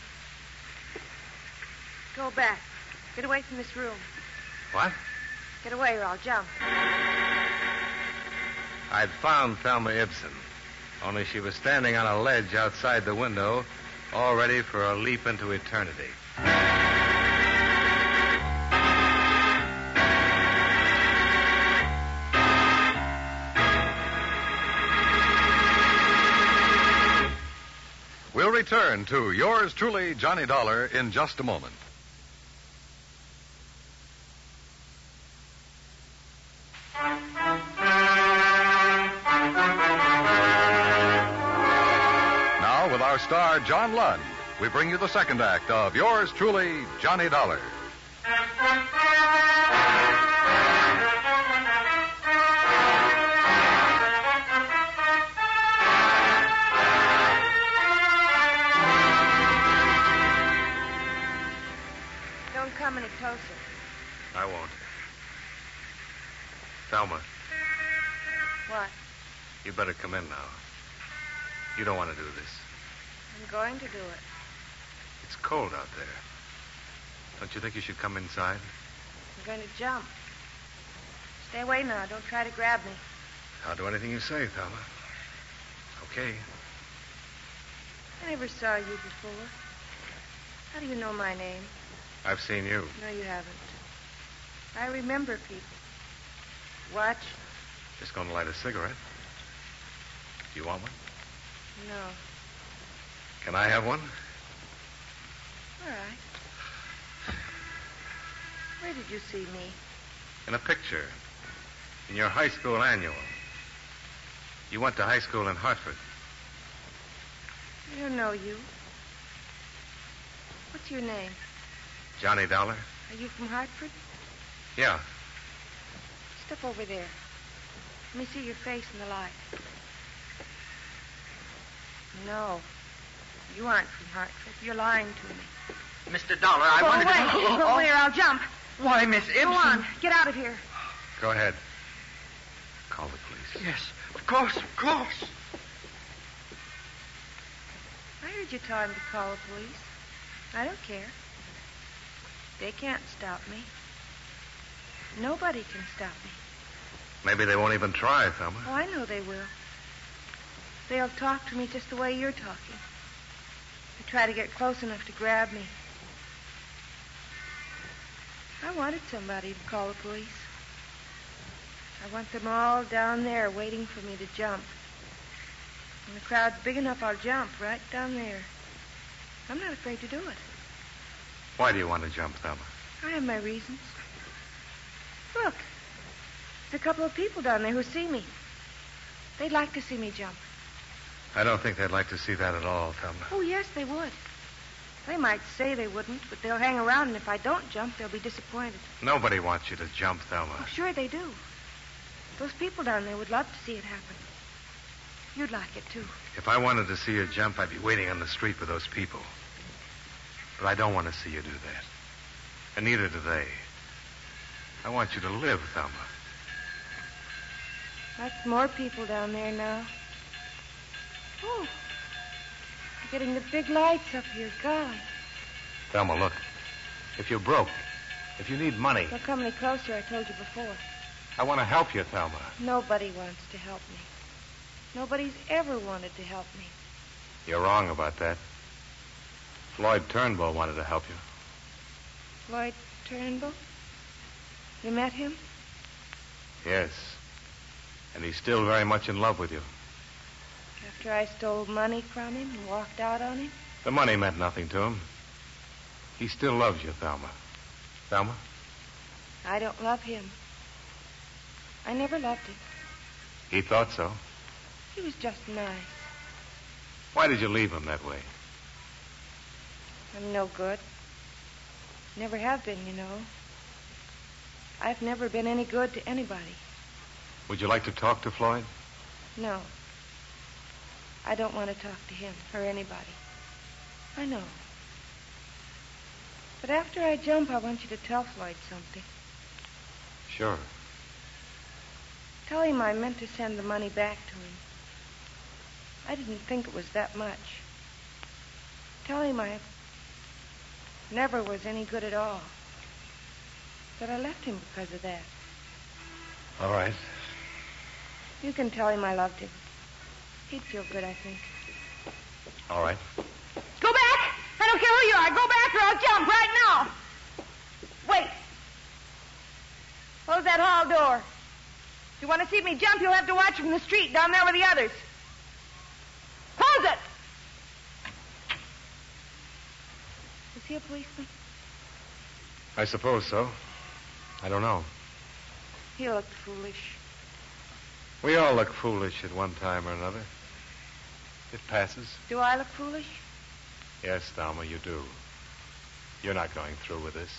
Go back. Get away from this room.
What?
Get away or I'll jump.
I'd found Thelma Ibsen, only she was standing on a ledge outside the window, all ready for a leap into eternity.
We'll return to yours truly, Johnny Dollar, in just a moment. Now, with our star, John Lund, we bring you the second act of yours truly, Johnny Dollar.
Don't come any closer.
I won't. Thelma,
What?
you better come in now. You don't want to do this.
I'm going to do it.
It's cold out there. Don't you think you should come inside?
I'm going to jump. Stay away now. Don't try to grab me.
I'll do anything you say, Thelma. Okay.
I never saw you before. How do you know my name?
I've seen you.
No, you haven't. I remember people. Watch?
Just going to light a cigarette. Do you want one?
No.
Can I have one?
All right. Where did you see me?
In a picture. In your high school annual. You went to high school in Hartford.
I don't know you. What's your name?
Johnny Dollar?
Are you from Hartford?
Yeah.
Step over there. Let me see your face in the light. No. You aren't from Hartford. You're lying to me.
Mr. Dollar, I
Go
wanted
away.
to...
Go away or I'll jump.
Why, Miss Ibsen...
Go on. Get out of here.
Go ahead. Call the
police. Yes, of course, of course.
I heard you tell him to call the police. I don't care. They can't stop me. Nobody can stop me.
Maybe they won't even try, Thelma.
Oh, I know they will. They'll talk to me just the way you're talking. They try to get close enough to grab me. I wanted somebody to call the police. I want them all down there waiting for me to jump. When the crowd's big enough, I'll jump right down there. I'm not afraid to do it.
Why do you want to jump, Thelma?
I have my reasons. Look, there's a couple of people down there who see me. They'd like to see me jump.
I don't think they'd like to see that at all, Thelma.
Oh, yes, they would. They might say they wouldn't, but they'll hang around, and if I don't jump, they'll be disappointed.
Nobody wants you to jump,
Oh,
Thelma.
sure they do. Those people down there would love to see it happen. You'd like it, too.
If I wanted to see you jump, I'd be waiting on the street with those people. But I don't want to see you do that. And neither do they. I want you to live, Thelma.
Lots more people down there now. Oh, they're getting the big lights up here. Golly,
Thelma, look. If you're broke, if you need money,
don't come any closer. I told you before.
I want to help you, Thelma.
Nobody wants to help me. Nobody's ever wanted to help me.
You're wrong about that. Floyd Turnbull wanted to help you.
Floyd Turnbull? You met him?
Yes. And he's still very much in love with you.
After I stole money from him and walked out on him?
The money meant nothing to him. He still loves you, Thelma. Thelma?
I don't love him. I never loved him.
He thought so.
He was just nice.
Why did you leave him that way?
I'm no good. Never have been, you know. I've never been any good to anybody.
Would you like to talk to Floyd?
No. I don't want to talk to him or anybody. I know. But after I jump, I want you to tell Floyd something.
Sure.
Tell him I meant to send the money back to him. I didn't think it was that much. Tell him I never was any good at all. That I left him because of that.
All right.
You can tell him I loved him. He'd feel good, I think.
All right.
Go back! I don't care who you are. Go back or I'll jump right now. Wait. Close that hall door. If you want to see me jump, you'll have to watch from the street down there with the others. Close it!
Is he a policeman?
I suppose so. I don't know.
He looked foolish.
We all look foolish at one time or another. It passes.
Do I look foolish?
Yes, Thelma, you do. You're not going through with this.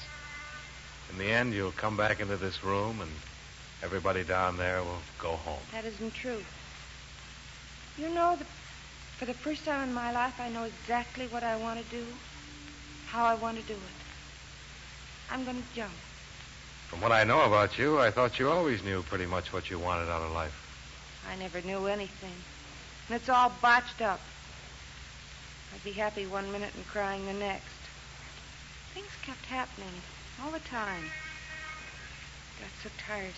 In the end, you'll come back into this room and everybody down there will go home.
That isn't true. You know, the, for the first time in my life, I know exactly what I want to do, how I want to do it. I'm going to jump.
From what I know about you, I thought you always knew pretty much what you wanted out of life.
I never knew anything. And it's all botched up. I'd be happy one minute and crying the next. Things kept happening all the time. Got so tiresome.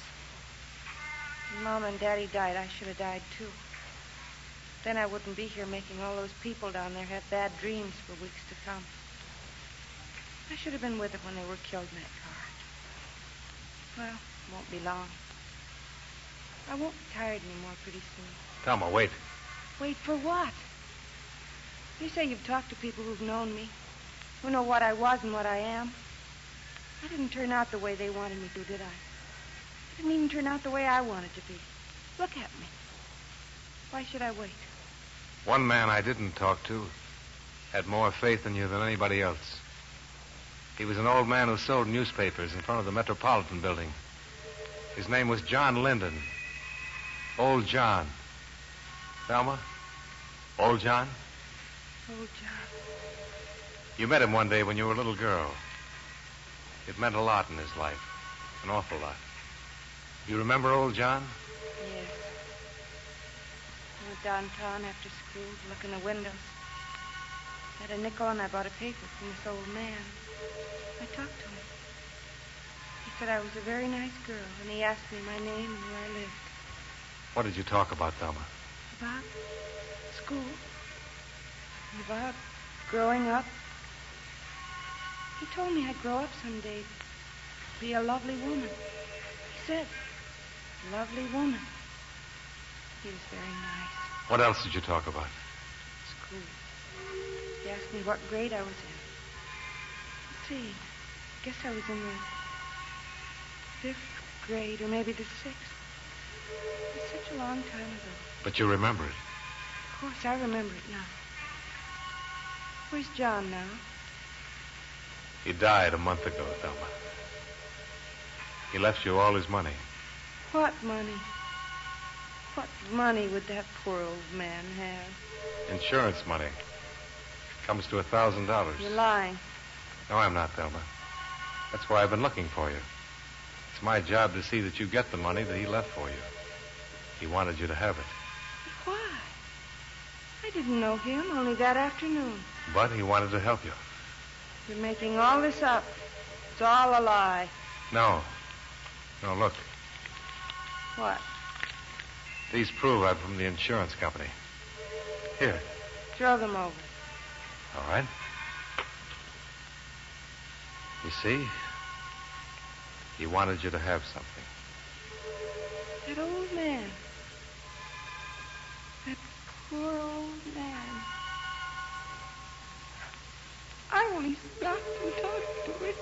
When Mom and Daddy died, I should have died too. Then I wouldn't be here making all those people down there have bad dreams for weeks to come. I should have been with them when they were killed in that car. Well, won't be long. I won't be tired anymore pretty soon.
Thelma, wait.
Wait for what? You say you've talked to people who've known me, who know what I was and what I am. I didn't turn out the way they wanted me to, did I? I didn't even turn out the way I wanted to be. Look at me. Why should I wait?
One man I didn't talk to had more faith in you than anybody else. He was an old man who sold newspapers in front of the Metropolitan building. His name was John Linden. Old John. Thelma? Old John?
Oh, John.
You met him one day when you were a little girl. It meant a lot in his life, an awful lot. You remember old John?
Yes. I went downtown after school to look in the windows. I had a nickel and I bought a paper from this old man. I talked to him. He said I was a very nice girl, and he asked me my name and where I lived.
What did you talk about, Thelma?
About school. And about growing up. He told me I'd grow up someday. Be a lovely woman. He said, lovely woman. He was very nice.
What else did you talk about?
School. He asked me what grade I was in. Let's see. I guess I was in the fifth grade or maybe the sixth. It was such a long time ago.
But you remember it.
Of course, I remember it now. Where's John now?
He died a month ago, Thelma. He left you all his money.
What money? What money would that poor old man have?
Insurance money. Comes to a thousand dollars.
You're lying.
No, I'm not, Thelma. That's why I've been looking for you. It's my job to see that you get the money that he left for you. He wanted you to have it.
Why? I didn't know him, only that afternoon.
But he wanted to help you.
You're making all this up. It's all a lie.
No. No, look.
What?
These prove I'm from the insurance company. Here.
Throw them over.
All right. You see? He wanted you to have something.
That old man. That poor old man. I only stopped and talked to him.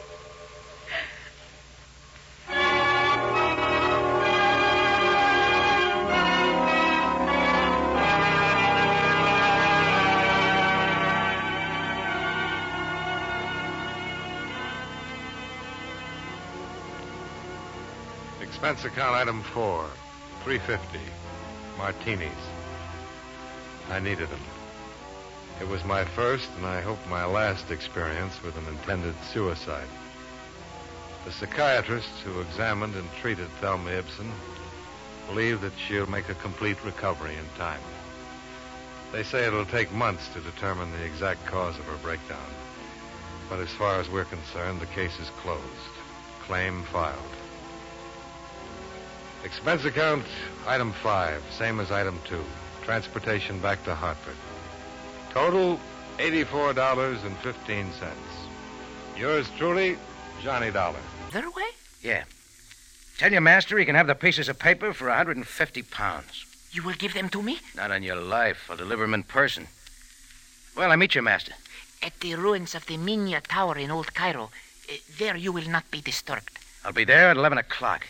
Expense account item four, three fifty, martinis. I needed them. It was my first and I hope my last experience with an intended suicide. The psychiatrists who examined and treated Thelma Ibsen believe that she'll make a complete recovery in time. They say it'll take months to determine the exact cause of her breakdown. But as far as we're concerned, the case is closed. Claim filed. Expense account, item five, same as item two. Transportation back to Hartford. Total, $84.15. Yours truly, Johnny Dollar.
Their way?
Yeah. Tell your master he can have the pieces of paper for a 150 pounds.
You will give them to me?
Not on your life. I'll deliver them in person. Well, I meet your master.
At the ruins of the Minya Tower in Old Cairo. Uh, There you will not be disturbed.
I'll be there at 11 o'clock.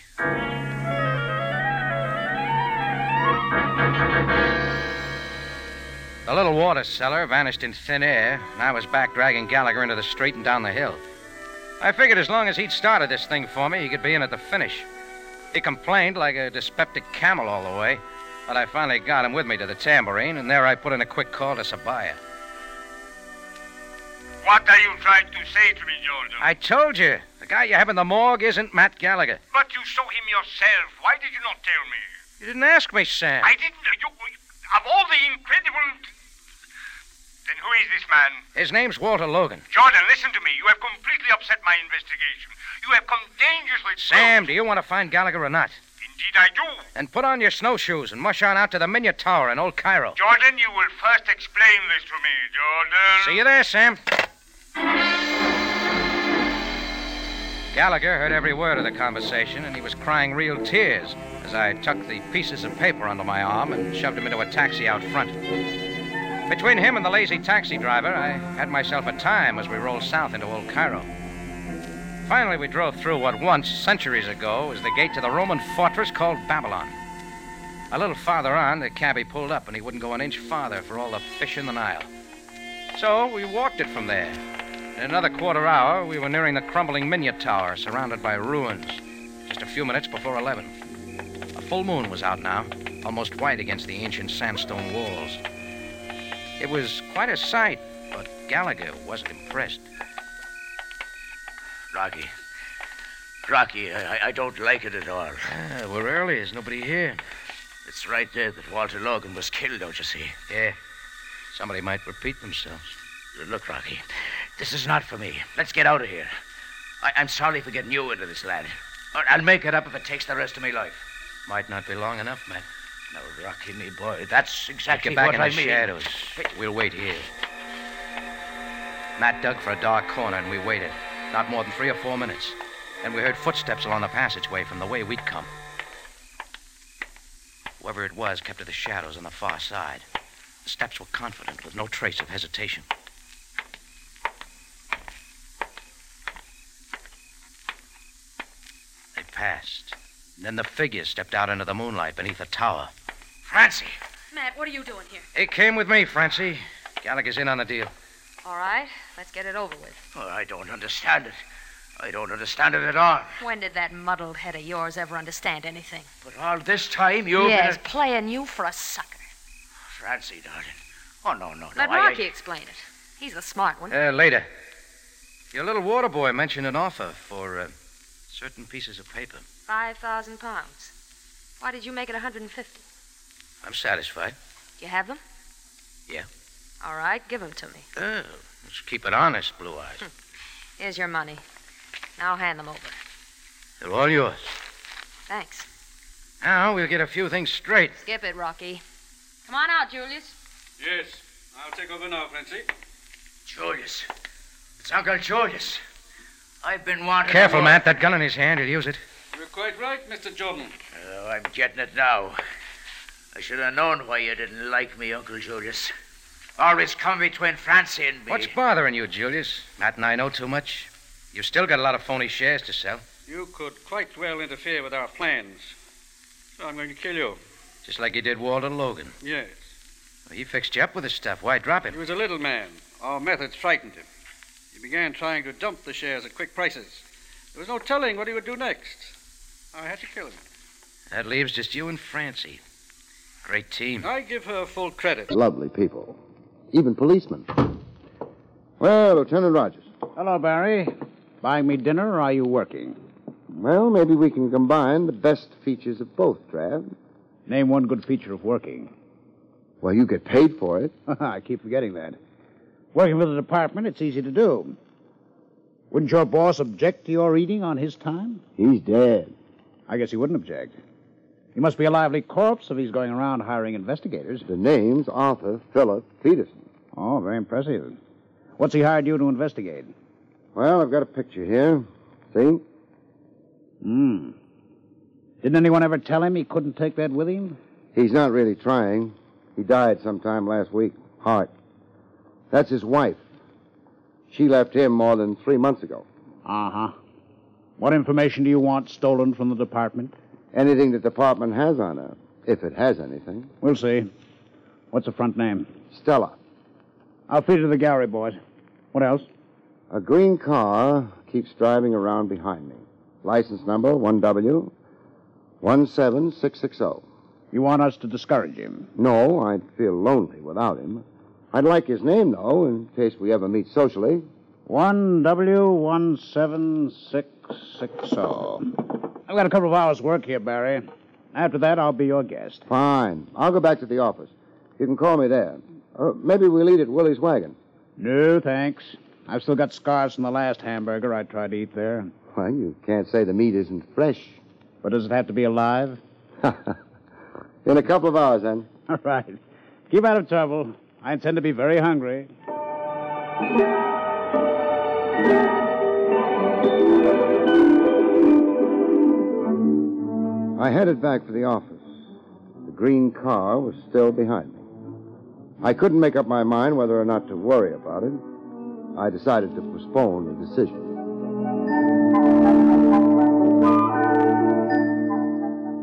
The little water cellar vanished in thin air, and I was back dragging Gallagher into the street and down the hill. I figured as long as he'd started this thing for me, he could be in at the finish. He complained like a dyspeptic camel all the way, but I finally got him with me to the tambourine, and there I put in a quick call to Sabaya.
What are you trying to say to me, Jordan?
I told you, the guy you have in the morgue isn't Matt Gallagher.
But you saw him yourself. Why did you not tell me?
You didn't ask me, Sam.
I didn't. You, of all the incredible. Then who is this man?
His name's Walter Logan.
Jordan, listen to me. You have completely upset my investigation. You have come dangerously close.
Sam, do you want to find Gallagher or not?
Indeed, I do.
Then put on your snowshoes and mush on out to the Minya Tower in Old Cairo.
Jordan, you will first explain this to me, Jordan.
See you there, Sam. Gallagher heard every word of the conversation, and he was crying real tears as I tucked the pieces of paper under my arm and shoved him into a taxi out front. Between him and the lazy taxi driver, I had myself a time as we rolled south into Old Cairo. Finally, we drove through what once, centuries ago, was the gate to the Roman fortress called Babylon. A little farther on, the cabby pulled up, and he wouldn't go an inch farther for all the fish in the Nile. So we walked it from there, in another quarter hour, we were nearing the crumbling Minya Tower, surrounded by ruins. Just a few minutes before 11. A full moon was out now, almost white against the ancient sandstone walls. It was quite a sight, but Gallagher wasn't impressed.
Rocky. Rocky, I, I don't like it at all.
Ah, we're early. There's nobody here.
It's right there that Walter Logan was killed, don't you see?
Yeah. Somebody might repeat themselves.
Look, Rocky, this is not for me. Let's get out of here. I, am sorry for getting you into this, lad. I'll make it up if it takes the rest of my life.
Might not be long enough, man.
Now, Rocky, me boy, that's exactly
Get back
what
in
I
the
mean.
shadows. We'll wait here. Matt dug for a dark corner, and we waited. Not more than three or four minutes. Then we heard footsteps along the passageway from the way we'd come. Whoever it was kept to the shadows on the far side. The steps were confident, with no trace of hesitation. They passed. And then the figure stepped out into the moonlight beneath a tower. Francie!
Matt, what are you doing here?
He came with me, Francie. Gallagher's in on the deal.
All right, let's get it over with.
Oh, I don't understand it. I don't understand it at all.
When did that muddled head of yours ever understand anything?
But all this time you've
yes,
been...
playing you for a sucker.
A... Francie, darling. Oh, no, no, no.
Let
I-
Rocky explain it. He's the smart one.
Uh, later. Your little water boy mentioned an offer for uh, certain pieces of paper.
Five thousand pounds. Why did you make it a hundred and fifty?
I'm satisfied.
Do you have them?
Yeah.
All right, give them to me.
Oh, let's keep it honest, Blue Eyes.
Here's your money. Now hand them over.
They're all yours.
Thanks.
Now we'll get a few things straight.
Skip it, Rocky. Come on out, Julius.
Yes, I'll take over now, Francie.
Julius. It's Uncle Julius. I've been wanting.
Careful,
to...
Matt. That gun in his hand, he'll use it.
You're quite right, Mr. Jordan.
Oh, I'm getting it now. I should have known why you didn't like me, Uncle Julius. Always come between Francie and me.
What's bothering you, Julius? Matt and I know too much. You've still got a lot of phony shares to sell,
You could quite well interfere with our plans. So I'm going to kill you.
just like you did Walter Logan.
Yes.
He fixed you up with his stuff. Why drop
He
him?
was a little man. Our methods frightened him. He began trying to dump the shares at quick prices. There was no telling what he would do next. I had to kill him.
That leaves just you and Francie. Great team.
I give her full credit.
Lovely people, even policemen. Well, Lieutenant Rogers.
Hello, Barry. Buying me dinner, or are you working?
Well, maybe we can combine the best features of both, Trav.
Name one good feature of working.
Well, you get paid for it.
I keep forgetting that. Working for the department, it's easy to do. Wouldn't your boss object to your eating on his time?
He's dead.
I guess he wouldn't object. He must be a lively corpse if he's going around hiring investigators.
The name's Arthur Philip Peterson.
Oh, very impressive. What's he hired you to investigate?
Well, I've got a picture here. See?
Hmm. Didn't anyone ever tell him he couldn't take that with him?
He's not really trying. He died sometime last week. Heart. That's his wife. She left him more than three months ago.
Uh huh. What information do you want stolen from the department?
Anything the department has on her, if it has anything.
We'll see. What's the front name?
Stella.
I'll feed it to the gallery boys. What else?
A green car keeps driving around behind me. License number 1W17660.
You want us to discourage him?
oh. No, I'd feel lonely without him. I'd like his name, though, in case we ever meet socially.
One W one seven six six oh. zero. I've got a couple of hours' work here, Barry. After that, I'll be your guest.
Fine. I'll go back to the office. You can call me there. Uh, maybe we'll eat at Willie's wagon.
No, thanks. I've still got scars from the last hamburger I tried to eat there.
Well, you can't say the meat isn't fresh.
But does it have to be alive?
In a couple of hours, then.
All right. Keep out of trouble. I intend to be very hungry.
I headed back for the office. The green car was still behind me. I couldn't make up my mind whether or not to worry about it. I decided to postpone the decision.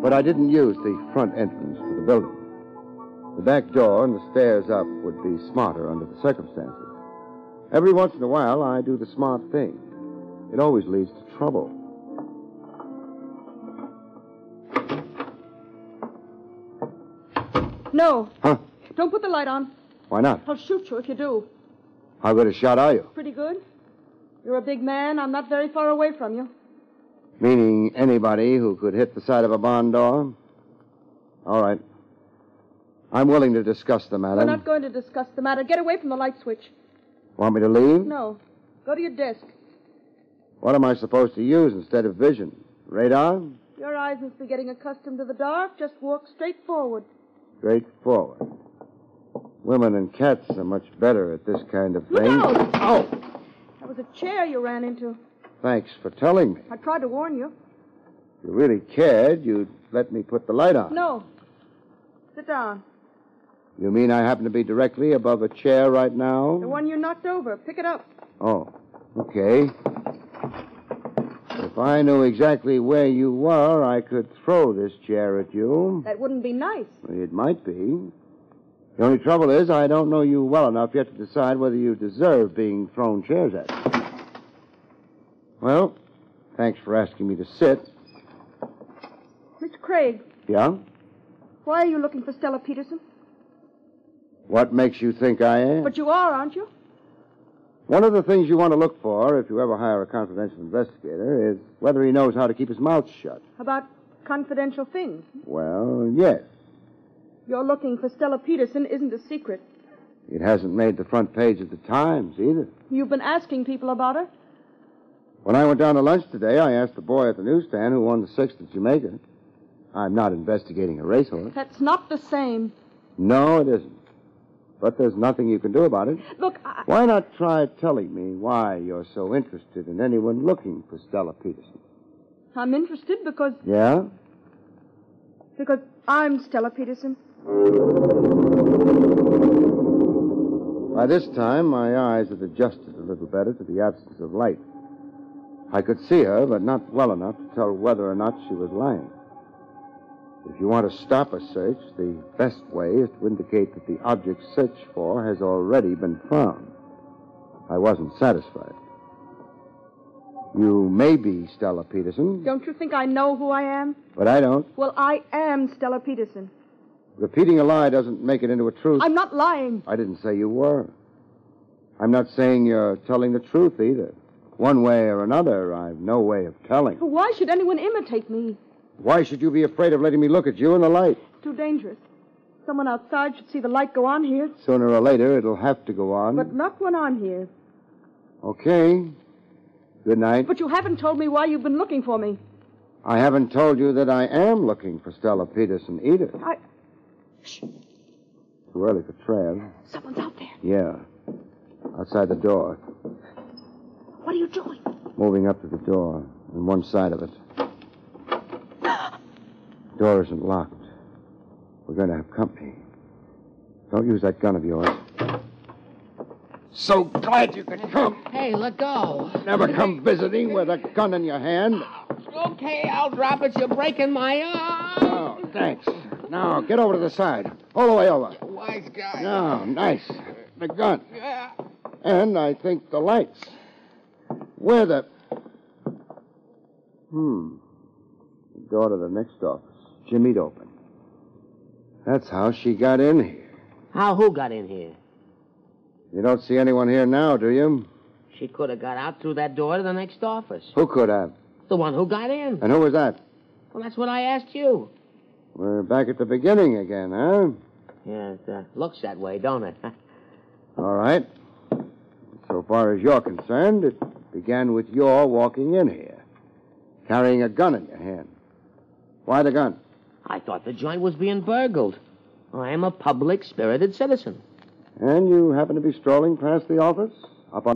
But I didn't use the front entrance to the building. The back door and the stairs up would be smarter under the circumstances. Every once in a while, I do the smart thing. It always leads to trouble.
No.
Huh?
Don't put the light on.
Why not?
I'll shoot you if you do.
How good a shot are you?
Pretty good. You're a big man. I'm not very far away from you.
Meaning anybody who could hit the side of a barn door? All right. I'm willing to discuss the matter.
We're not going to discuss the matter. Get away from the light switch.
Want me to leave?
No. Go to your desk.
What am I supposed to use instead of vision? Radar?
Your eyes must be getting accustomed to the dark. Just walk straight forward.
Straightforward. Women and cats are much better at this kind of
Look
thing.
out!
Oh!
That was a chair you ran into.
Thanks for telling me.
I tried to warn you.
If you really cared, you'd let me put the light on.
No. Sit down.
You mean I happen to be directly above a chair right
The
now?
one you knocked over. Pick it up.
Oh, okay. If I knew exactly where you were, I could throw this chair at you.
That wouldn't be nice.
It might be. The only trouble is, I don't know you well enough yet to decide whether you deserve being thrown chairs at. Well, thanks for asking me to sit.
Mr. Craig,
Yeah?
why are you looking for Stella Peterson?
What makes you think I am?
But you are, aren't you?
One of the things you want to look for, if you ever hire a confidential investigator, is whether he knows how to keep his mouth shut.
About confidential things.
Well, yes.
Your looking for Stella Peterson isn't a secret.
It hasn't made the front page of the Times either.
You've been asking people about her.
When I went down to lunch today, I asked the boy at the newsstand who won the sixth at Jamaica. I'm not investigating a racehorse.
That's not the same.
No, it isn't. But there's nothing you can do about it.
Look, I...
Why not try telling me why you're so interested in anyone looking for Stella Peterson?
I'm interested because
Yeah?
because I'm Stella Peterson.
By this time, my eyes had adjusted a little better to the absence of light. I could see her, but not well enough to tell whether or not she was lying. If you want to stop a search, the best way is to indicate that the object searched for has already been found. I wasn't satisfied. You may be Stella Peterson,
Don't you think I know who I am?
but I don't.
Well, I am Stella Peterson.
Repeating a lie doesn't make it into a truth.
I'm not lying.
I didn't say you were. I'm not saying you're telling the truth either. One way or another, I've no way of telling.
Why should anyone imitate me?
Why should you be afraid of letting me look at you in the light?
It's too dangerous. Someone outside should see the light go on here,
Sooner or later, it'll have to go on.
but not when I'm here.
Okay. Good night.
But you haven't told me why you've been looking for me.
I haven't told you that I am looking for Stella Peterson either.
I.
Too early for Trav.
Someone's out there.
Yeah. Outside the door.
What are you doing?
Moving up to the door on one side of it. Door isn't locked. We're going to have company. Don't use that gun of yours. So glad you could come.
Hey, let go.
Never come visiting with a gun in your hand.
Okay, I'll drop it. You're breaking my uh, arm.
Oh, thanks. Now, get over to the side. All the way over.
Wise guy.
Now, Oh, nice. The gun.
Yeah.
And I think the lights. Where the. Hmm. The door to the next office. Jimmy'd open. That's how she got in here.
How who got in here?
You don't see anyone here now, do you?
She could have got out through that door to the next office.
Who could have?
The one who got in.
And who was that?
Well, that's what I asked you.
We're back at the beginning again, huh?
Yeah, it uh, looks that way, don't it?
All right. So far as you're concerned, it began with your walking in here, carrying a gun in your hand. Why the gun?
I thought the joint was being burgled. I am a public spirited citizen.
And you happen to be strolling past the office?